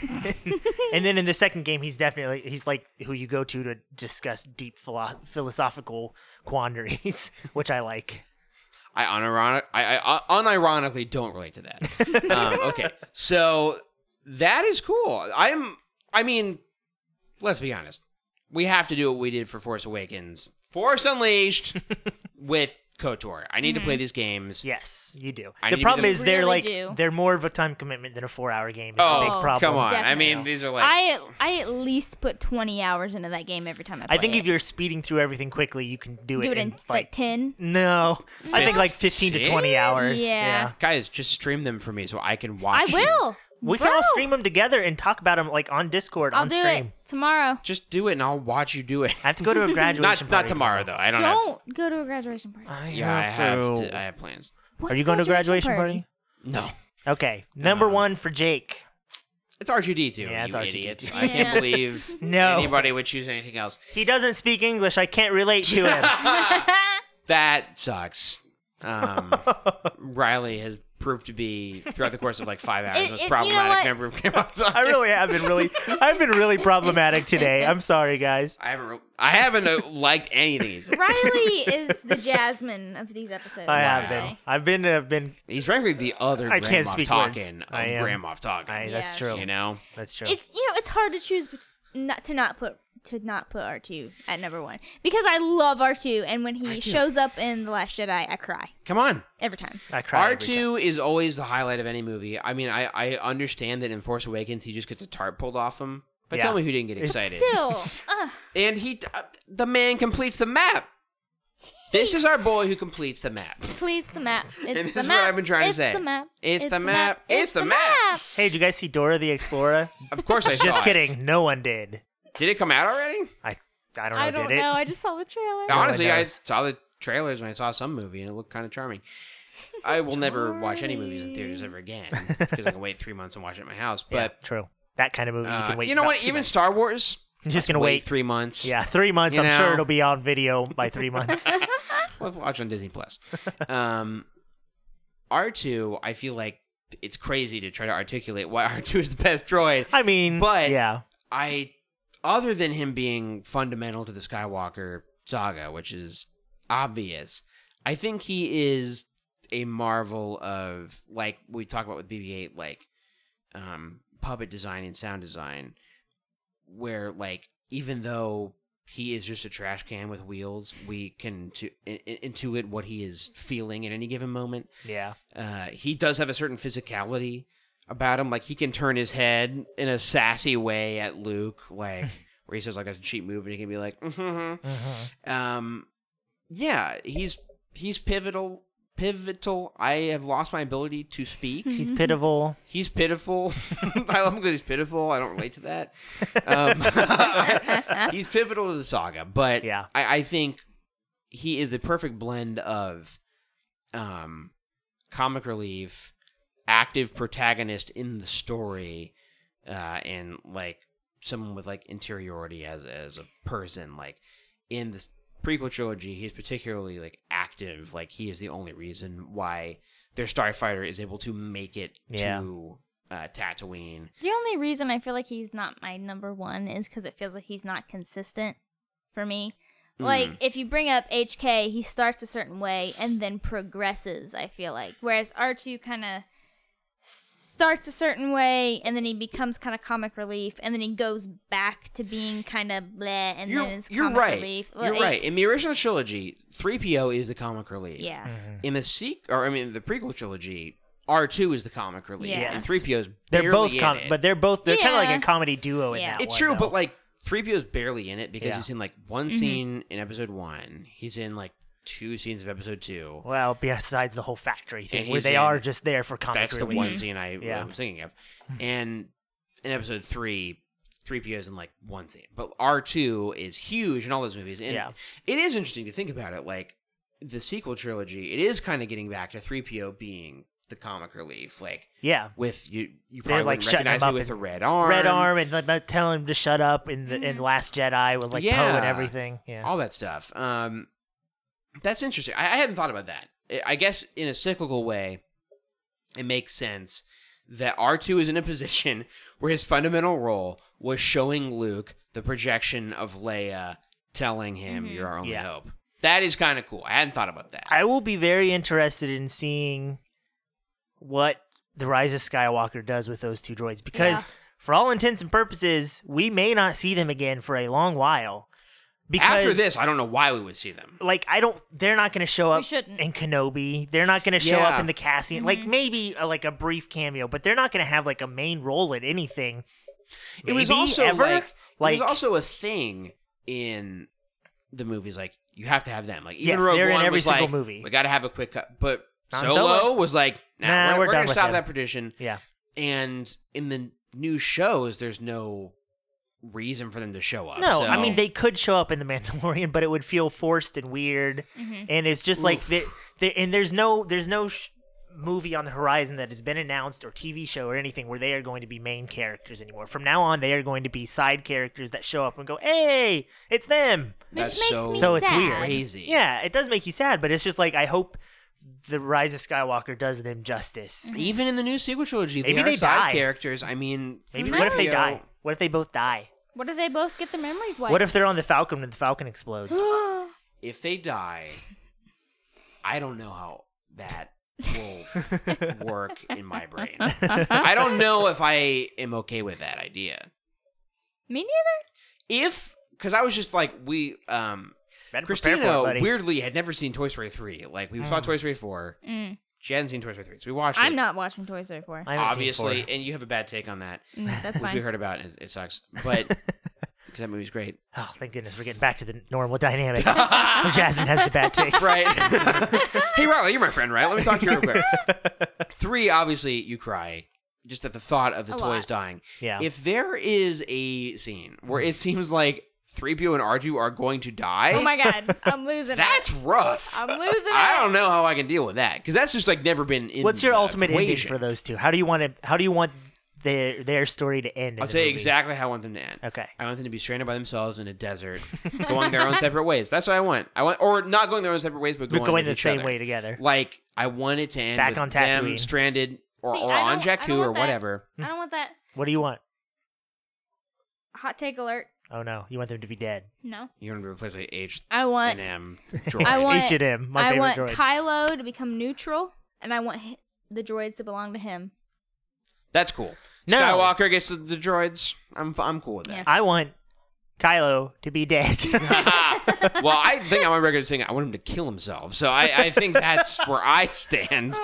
and then in the second game he's definitely he's like who you go to to discuss deep philo- philosophical quandaries, which I like.
I unironic, I, I un- unironically don't relate to that. um, okay, so that is cool. I'm, I mean, let's be honest. We have to do what we did for Force Awakens, Force Unleashed, with Kotor. I need to play these games.
Yes, you do.
I need to
the
be
problem
the-
is they're
Really
like
do.
they're more of a time commitment than a 4-hour game. It's
Oh,
a big problem.
come on! I
Definitely.
mean, these are like
I I at least put twenty hours into that game every time I play
I think
it.
if you're speeding through everything quickly, you can do it,
do it in like ten.
No, I think like fifteen to twenty hours.
Yeah.
Yeah,
guys. Just stream them for me so I can
I
watch. you.
will.
we
Bro,
can all stream them together and talk about them like on Discord
I'll
on
do
stream.
it tomorrow.
Just do it, and I'll watch you do it.
I have to go to a graduation.
Not
party.
not tomorrow though. I don't. Have,
Don't go to a graduation party.
I
yeah, I
have
have.
to-
To, I have plans.
What
Are you going to a graduation party?
No.
Okay, number one for Jake.
It's R two D two.
Yeah, it's
you
R2D2.
idiots. I can't believe
No.
anybody would choose anything else.
He doesn't speak English. I can't relate to him.
That sucks. Um, Riley has proved to be throughout the course of like five hours
It-
most
it- you know
problematic
what?
member of Game of
I really have been really, I've been really problematic today. I'm sorry, guys.
I haven't. Re- I haven't uh, liked anything he's. said.
Riley is the Jasmine of these episodes.
I have
I'd
been.
say.
I've been. I've been.
He's frankly the other
I
Grand
can't
Moff
speak
Tarkin
words.
of
I am-
Grand Moff
I,
Tarkin.
that's
Yeah,
true.
You know,
That's true.
It's you know it's hard to choose bet- not to not put to not put R two at number one because I love R two and when he shows up in the Last Jedi I cry
come on.
every time.
I cry
R
every time.
two is always the highlight of any movie. I mean, I, I understand that in Force Awakens he just gets a tarp pulled off him, but
Yeah.
tell me who didn't get excited.
Still, ugh,
and he, uh, the man completes the map. This is our boy who completes the map.
please the map. It's
And
the
this is
map.
what I've been trying to
it's
say.
The map.
It's the map. It's the map.
Hey, did you guys see Dora the Explorer?
Of course, I saw
Just
it.
kidding. No one did.
Did it come out already?
I I don't know.
I don't
did it?
know. I just saw the trailer.
Honestly, I
knows?
saw the trailers when I saw some movie, and it looked kind of charming. I will never watch any movies in theaters ever again because I can wait three months and watch it at my house.
Yeah,
But
true. That kind of movie you
uh,
can wait.
know
about
what?
two
Even
months.
Star Wars,
I'm just gonna
wait,
wait.
three months.
yeah, three months.
You
I'm
know.
sure it'll be on video by three months.
Let's watch on Disney Plus. Um, R two, I feel like it's crazy to try to articulate why R two is the best droid.
I mean,
But-
yeah,
I, other than him being fundamental to the Skywalker saga, which is obvious, I think he is a marvel of like we talk about with BB-8, like um, puppet design and sound design, where like even though he is just a trash can with wheels, we can to, in, in- intuit what he is feeling at any given moment
yeah.
uh, he does have a certain physicality about him. Like he can turn his head in a sassy way at Luke, like where he says like a cheap move, and he can be like, mm-hmm. um, yeah, he's he's pivotal. Pivotal. I have lost my ability to speak.
Mm-hmm.
He's pitiful.
He's pitiful. I love him because he's pitiful. I don't relate to that. Um, he's pivotal to the saga, but
Yeah.
I, I think he is the perfect blend of um, comic relief, active protagonist in the story, uh, and like someone with like interiority as as a person. Like in this prequel trilogy, he's particularly like active. Like he is the only reason why their starfighter is able to make it
Yeah.
to uh, Tatooine.
The only reason I feel like he's not my number one is because it feels like he's not consistent for me.
Mm.
Like if you bring up HK, he starts a certain way and then progresses. I feel like whereas R two kind of starts a certain way and then he becomes kind of comic relief and then he goes back to being kind of bleh and then
You're,
is
you're
comic
right.
relief.
You're
Like,
right. In the original trilogy, 3PO is the comic relief.
Yeah.
Mm-hmm.
In the sequ- or I mean the prequel trilogy, R2 is the comic relief
Yes.
and 3PO's
They're
barely
both,
in
com-
it.
but they're both they're kind of like
Yeah.
a comedy duo in
Yeah.
that.
It's
one,
true,
though.
but like 3PO's barely in it because
Yeah. Mm-hmm.
he's in like one scene in episode 1. He's in like two scenes of episode 2.
well, besides the whole factory thing, where
he's
they
in-
are just there for comic
That's the
relief.
one scene I
Yeah. Hmm.
was thinking of. And in episode three, 3PO's in like one scene. But R2 is huge in all those movies. And
Yeah.
it is interesting to think about it. Like the sequel trilogy, it is kind of getting back to 3PO being the comic relief. Like
Yeah,
with you, you
They're,
probably
like,
like
shutting
recognize
him
me
up
with a
and-
red arm.
Red Arm and like, about telling him to shut up in the
Mm-hmm.
in Last Jedi with like Poe and
Yeah.
everything. Yeah,
all that stuff. Um, that's interesting. I, I hadn't thought about that. I- I guess in a cyclical way, it makes sense that R two is in a position where his fundamental role was showing Luke the projection of Leia telling him you're our only
Mm-hmm. Yeah.
hope. That is kind of cool. I hadn't thought about that.
I will be very interested in seeing what the Rise of Skywalker does with those two droids because,
Yeah.
for all intents and purposes, we may not see them again for a long while. Because
After this, I don't know why we would see them.
like I don't, they're not going to show up
shouldn't. Mm-hmm.
in Kenobi. They're not going to show
Yeah.
up in the Cassian. Like maybe uh like a brief cameo, but they're not going to have like a main role in anything.
It was
Maybe,
also
ever.
like, it
Like-
was also a thing in the movies. Like you have to have them. Like even
Yes,
Rogue
they're in
One
every
was
single
like,
movie.
we got to have a quick cut. But
Han
Solo,
Solo?
was like, nah,
Nah,
we're,
we're
we're,
done
gonna
with
stop
him.
that tradition.
Yeah,
And in the new shows, there's no reason for them to show up.
No,
so-
I mean they could show up in the Mandalorian, but it would feel forced and weird, and it's just like the, the and there's no there's no sh- movie on the horizon that has been announced or TV show or anything where they are going to be main characters anymore. From now on, they are going to be side characters that show up and go, "Hey, it's them."
that's
makes
so,
me
So it's weird.
crazy.
Yeah, it does make you sad, but it's just like I hope the Rise of Skywalker does them justice.
Even in the new sequel trilogy, they
Maybe
are
they
side
die.
characters. I mean,
Maybe what if they
3PO
die? What if they both die?
What do they both get their memories wiped?
What if they're on the Falcon and the Falcon explodes?
If they die, I don't know how that will work in my brain. I don't know if I am okay with that idea.
Me neither.
If because I was just like we um
Better prepare for it,
Christina
buddy. Mm.
weirdly had never seen Toy Story 3. Like we saw Toy Story 4. She hadn't seen Toy Story 3. So we watched
I'm
it.
not watching Toy Story 4.
I haven't seen
obviously,
four.
and you have a bad take on that,
Mm,
which
that's
we
fine.
heard about. And it, it sucks, but because that movie's great,
Oh, thank goodness we're getting back to the normal dynamic. Jasmine has the bad takes.
right? hey, Riley, you're my friend, right? Let me talk to you real quick. Three, obviously, you cry just at the thought of the
A
toys
lot.
dying.
Yeah.
If there is a scene where it seems like three PO and R2 are going to die,
Oh my god, I'm losing
that's
it.
rough.
I'm losing it.
I don't know how I can deal with that because that's just like never been. in
What's your
the
ultimate
equation.
ending for those two? How do you want to? How do you want their their story to end? in
I'll
the
tell you
movie?
exactly how I want them to end.
Okay.
I want them to be stranded by themselves in a desert, going their own separate ways. That's what I want. I want, or not going their own separate ways, but
We're
going, with
going the
each
same
other.
way together.
Like I want it to end
Back
with
on
them
Tatooine.
stranded or,
See,
or
I
on
don't- I don't
Jakku or
want that.
whatever.
I don't want that.
What do you want?
Hot take alert.
Oh no, you want them to be dead.
No.
You're gonna be replaced by H
I want
and M.
I want
H and M, my
I
favorite
want
droid.
Kylo to become neutral, and I want hi- the droids to belong to him.
That's cool.
No.
Skywalker gets the, the droids. I'm I'm cool with that.
I want Kylo to be dead.
well, I think I'm on record saying I want him to kill himself. So I, I think that's where I stand.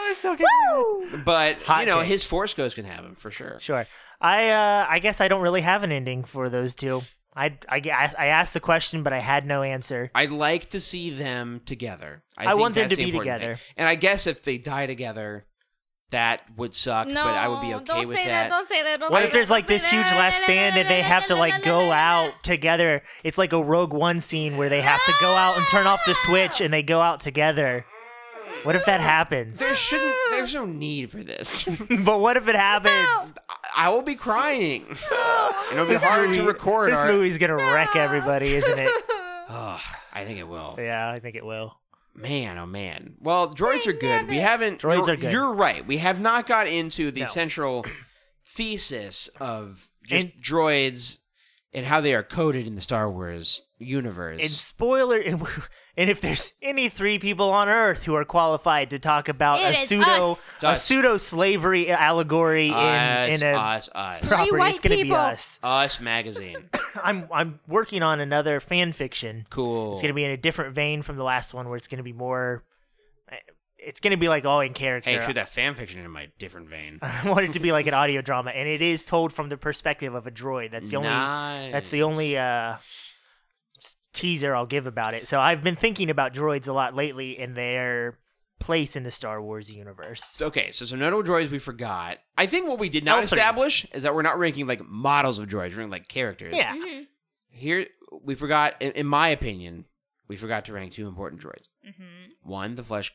But
Hot
you know,
take.
his force ghost can have him for sure.
sure. I uh, I guess I don't really have an ending for those two. I, I, I asked the question, but I had no answer.
I'd like to see them together. I,
I
think
want them
that's
to
the
be
important
together.
thing. And I guess if they die together, that would suck.
No,
but I would be okay
don't
with
say
that.
Don't say that. Don't
What
say
if there's
that,
like
don't say
this huge
that.
last stand and they have to like go out together? It's like a Rogue One scene where they have to go out and turn off the switch and they go out together. What if that happens?
There shouldn't. There's no need for this.
but what if it happens?
I will be crying. And It'll be harder to record.
This
our-
movie's gonna wreck everybody, isn't it?
Ugh, I think it will.
Yeah, I think it will.
Man, oh man. Well, droids are good. We haven't.
Droids
you're,
are good.
You're right. We have not got into the
No.
central thesis of just
And-
droids and how they are coded in the Star Wars universe.
And spoiler, and, we- and if there's any three people on Earth who are qualified to talk about
It
a
is
pseudo
us.
It's
a
us.
pseudo slavery allegory in
us,
in a
us, us,
Three
property,
white
it's gonna
people.
be us.
us magazine.
I'm I'm working on another fan fiction.
Cool.
It's gonna be in a different vein from the last one, where it's gonna be more. It's gonna be like all in character.
Hey, shoot that fan fiction in my different vein.
I want it to be like an audio drama, and it is told from the perspective of a droid. That's the only. That's the only uh, s- teaser I'll give about it. So I've been thinking about droids a lot lately and their place in the Star Wars universe.
So, Okay, so some notable droids we forgot. I think what we did not
L3.
establish is that we're not ranking like models of droids, we're ranking like characters.
Yeah,
Mm-hmm.
Here we forgot, in, in my opinion, we forgot to rank two important droids.
Mm-hmm.
One, the flesh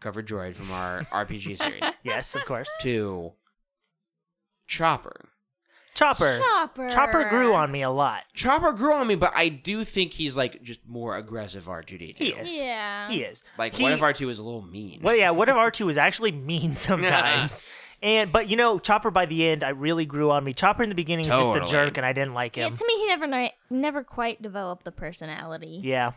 covered droid from our RPG series.
yes, of course.
Two, Chopper.
Chopper.
Chopper.
Chopper grew on me a lot.
Chopper grew on me, but I do think he's like just more aggressive R2D2.
He is.
Yeah.
He is.
Like,
he,
what if R2 is a little mean?
Well, yeah. What if R two is actually mean sometimes? and but you know, Chopper by the end, I really grew on me. Chopper in the beginning is just
Totally.
a jerk, and I didn't like
Yeah,
him.
to me, he never ni- never quite developed the personality.
Yeah,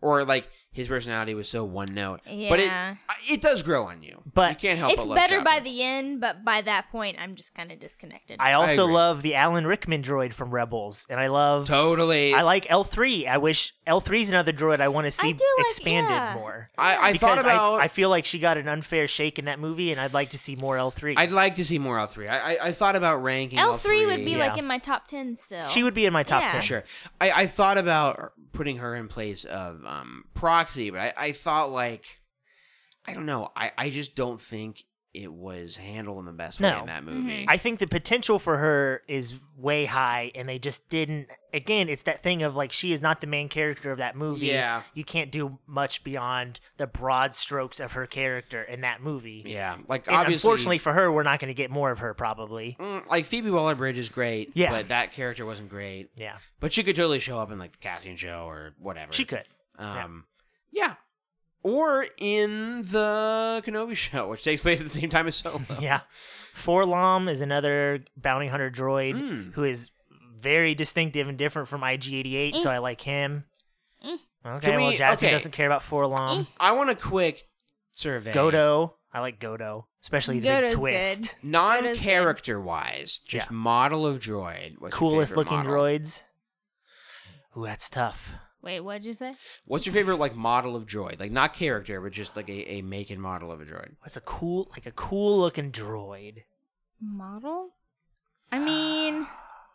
Or like his personality was so one note. But it,
Yeah.
it does grow on you.
But
you can't help
it's
but love
better by
Chopper.
the end, but by that point, I'm just kind of disconnected.
I also
agree.
love the Alan Rickman droid from Rebels, and I love
Totally.
I like L three. I wish L 3s another droid I want to see
do like-
expanded
yeah.
more.
I, I thought
Because
about.
I,
I,
feel like she got an unfair shake in that movie, and I'd like to see more L three.
would like to see more L three. I, I I thought about ranking L
L three would be
Yeah.
like in my top ten still.
She would be in my top
Yeah.
ten.
sure. I, I thought about putting her in place of um proxy, but I, I thought like I don't know. I, I just don't think it was handled in the best way
No. Mm-hmm.
in that movie.
I think the potential for her is way high, and they just didn't. Again, it's that thing of like she is not the main character of that movie.
Yeah.
you can't do much beyond the broad strokes of her character in that movie.
yeah, like
And
obviously,
unfortunately for her, we're not going to get more of her probably.
mm, like Phoebe Waller Bridge is great.
Yeah.
but that character wasn't great.
Yeah,
But she could totally show up in like the Cassian show or whatever.
she could.
Um, yeah. Or in the Kenobi show, which takes place at the same time as Solo.
Yeah. Forlom is another bounty hunter droid
Hmm.
who is very distinctive and different from IG-88, so I like him. Okay,
Eh. Can
well,
we-
Jasmine
okay. Eh.
doesn't care about Forlom.
I want a quick survey.
Godo, I like Godo, especially the
Godo's
big twist.
good.
Non character wise, just
Yeah.
model of droid. What's your
Coolest
favorite
looking
model?
droids. Ooh, that's tough.
Wait, what'd you say?
What's your favorite like model of droid? Like not character, but just like a, a make and model of a droid.
What's a cool, like a cool looking droid?
Model? I mean,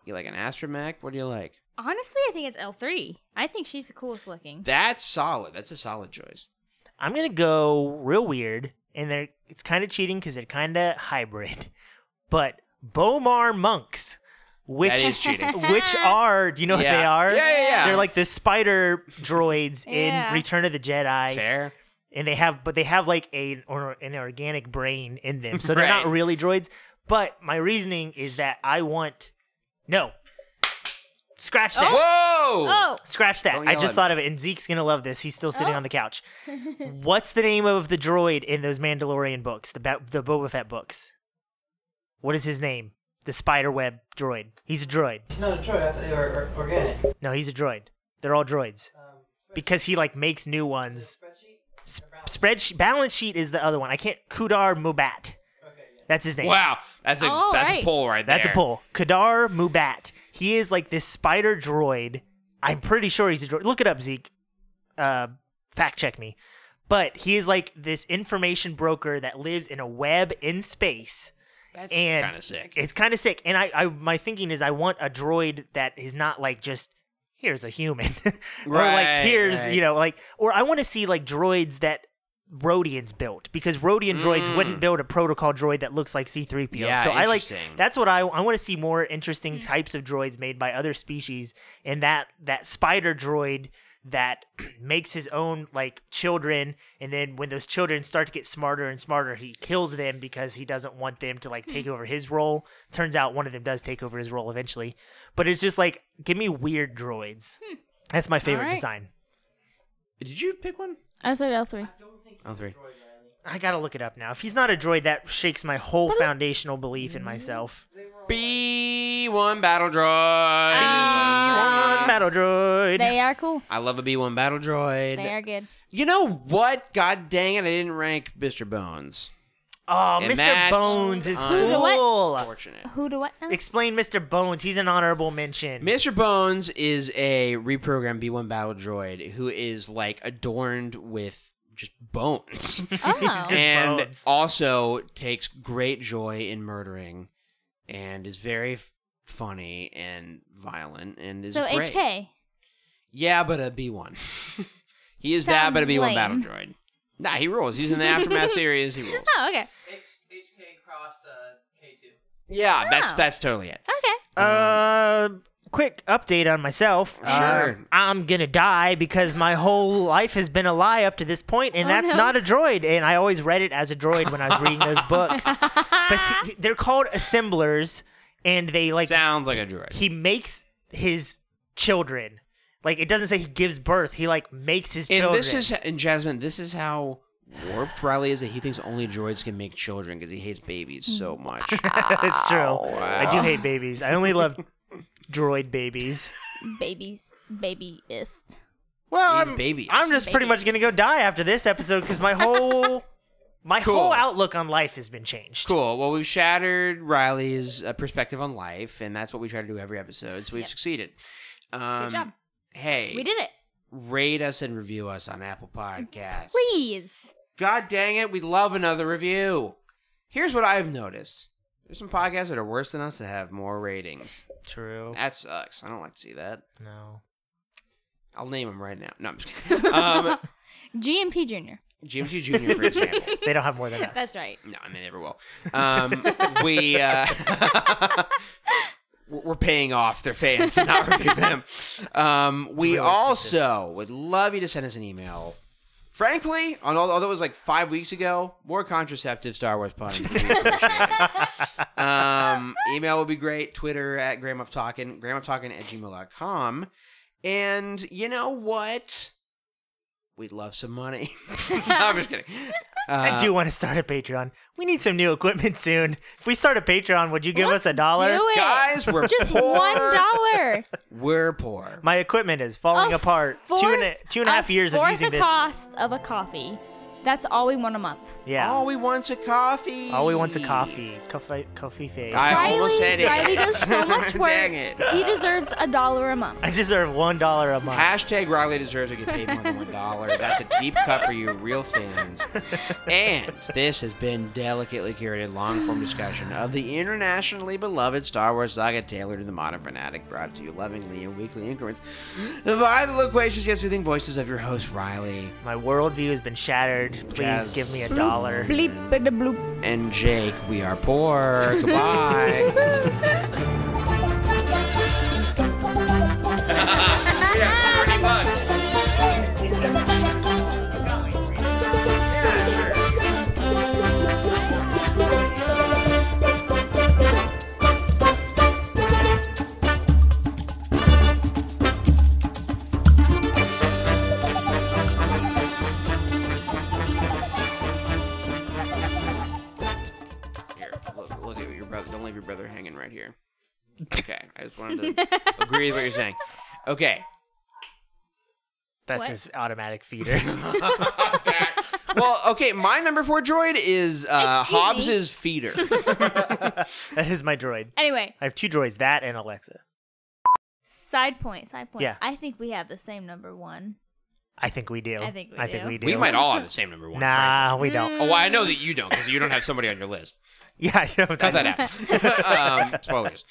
You like an astromech? What do you like?
honestly, I think it's L three. I think she's the coolest looking.
That's solid. That's a solid choice.
I'm gonna go real weird, and they're it's kind of cheating because they're kind of hybrid, but Bomar monks, which
That is cheating.
which are do you know what
Yeah.
they are?
Yeah, yeah, yeah.
They're like the spider droids
Yeah.
in Return of the Jedi,
Fair.
and they have but they have like a or an organic brain in them, so they're not
Right.
really droids. But my reasoning is that I want no. Scratch that.
Whoa!
Oh,
Scratch that.
Don't
I
yell
just
at
thought of it, and Zeke's gonna love this. He's still sitting on the couch. What's the name of the droid in those Mandalorian books, the Ba- the Boba Fett books? What is his name? The spider web droid. He's a droid.
It's not a drug. I thought they were or- organic.
No, he's a droid. They're all droids because he like makes new ones. S- spreadsheet balance sheet is the other one. I can't. Kudar Mubat. That's his name.
Wow. That's a
All
that's
right.
a pull right there.
That's a pull. Kadar Mubat. He is like this spider droid. I'm pretty sure he's a droid. Look it up, Zeke. Uh, fact check me. But he is like this information broker that lives in a web in space.
That's
and
kind of sick.
It's kind of sick. And I, I, my thinking is, I want a droid that is not like just here's a human, or
Right,
like here's
right.
you know like, or I want to see like droids that Rodians built because Rodian droids wouldn't build a protocol droid that looks like C3PO.
Mm. Yeah,
so I like
interesting.
that's what I I want to see more interesting types of droids made by other species and that that spider droid that makes his own like children and then when those children start to get smarter and smarter he kills them because he doesn't want them to like take over his role. Turns out one of them does take over his role eventually. But it's just like give me weird droids. That's my favorite
right.
design.
Did you pick one?
I said L three.
Oh, three.
I gotta look it up now. If he's not a droid, that shakes my whole foundational belief in myself.
B B1 battle droid.
One battle droid.
They are cool.
I love a B1 battle droid.
They are good.
You know what? God dang it, I didn't rank Mr. Bones.
oh,
And
Mr.
that's
Bones is
Who
the what?
cool.
Fortunate.
Who do what now?
Explain Mr. Bones. He's an honorable mention.
Mr. Bones is a reprogrammed B1 battle droid who is like adorned with just bones.
Oh.
and
bones.
also takes great joy in murdering and is very f- funny and violent and is
so
great.
HK.
Yeah, but a B1. he is that, but a
Sounds
B1 battle
lame.
droid. Nah, he rules. He's in the Aftermath series. He rules.
Oh, okay.
H- HK cross uh, K2.
Yeah, that's
Oh.
that's totally it.
Okay.
Uh, quick update on myself.
Sure.
Uh, I'm gonna die because my whole life has been a lie up to this point, and
Oh,
that's
no.
not a droid. And I always read it as a droid when I was reading those books. But see, they're called assemblers, and they like
Sounds like a droid.
he makes his children. Like it doesn't say he gives birth. He like makes his
And
children.
this is and Jasmine, this is how warped Riley is that he thinks only droids can make children because he hates babies so
Mm.
much.
it's true. I do hate babies. I only love droid babies.
Babies. Babyist.
Well,
These
I'm,
babies.
I'm just pretty much
Babies.
gonna go die after this episode because my whole my
Cool.
whole outlook on life has been changed.
Cool. Well, we've shattered Riley's uh, perspective on life, and that's what we try to do every episode. So we've succeeded. Um, Good
job.
Hey,
We did it.
rate us and review us on Apple Podcasts.
Please.
God dang it, we love another review. Here's what I've noticed. There's some podcasts that are worse than us that have more ratings.
True.
That sucks. I don't like to see that.
No.
I'll name them right now. No, I'm just kidding. Um,
GMT Junior.
GMT Jr., for example.
They don't have more than us.
That's right.
No, I mean, they never will. Um, we uh, we're paying off their fans to not review them. Um, we also would love you to send us an email. Frankly, on all- although it was like five weeks ago, more contraceptive Star Wars puns. would be appreciated. um, email would be great. Twitter at Graham of Talkin, Graham of Talkin at gmail.com. And you know what? We'd love some money. I'm just kidding.
I
Uh,
do want to start a Patreon. We need some new equipment soon. If we start a Patreon, would you give us a
Let's
dollar?
Do it.
Guys, we're
Just
poor.
one dollar.
We're poor.
My equipment is falling
A
apart. two and a,
fourth-
two and a half years of
fourth
using
the
this.
cost of a coffee. That's all we want a month.
Yeah.
All we want's a coffee.
All we want's a coffee. Coffee, coffee face.
I
I,
almost said it.
Riley does so much work.
Dang it.
He deserves a dollar a month.
deserve one dollar a month.
Hashtag Riley deserves to get paid more than one dollar. That's a deep cut for you, real fans. And this has been delicately curated, long-form discussion of the internationally beloved Star Wars saga, tailored to the modern fanatic, brought to you lovingly in weekly increments by the loquacious yet soothing voices of your host Riley
My worldview has been shattered. Please
Jazz.
give me a dollar.
Bleep bada bloop.
and Jake. We are poor. Goodbye. Yeah, 30 bucks. Yeah, sure. Here, look, look at your brother. Don't leave your brother hanging right here. Okay, I just wanted to agree with what you're saying. Okay.
That's
What?
his automatic feeder.
Well, okay. My number four droid is uh,
Excuse me?
Hobbs's feeder.
that is my droid.
Anyway,
I have two droids, that and Alexa.
side point, side point.
Yeah.
I think we have the same number one.
I think we do.
I think we
I think
do. Mm.
we do.
we might all have the same number one.
Nah, we don't.
frankly. Oh, well, I know that you don't because you don't have somebody on your list.
Yeah, you know,
Cut that out. um, spoilers.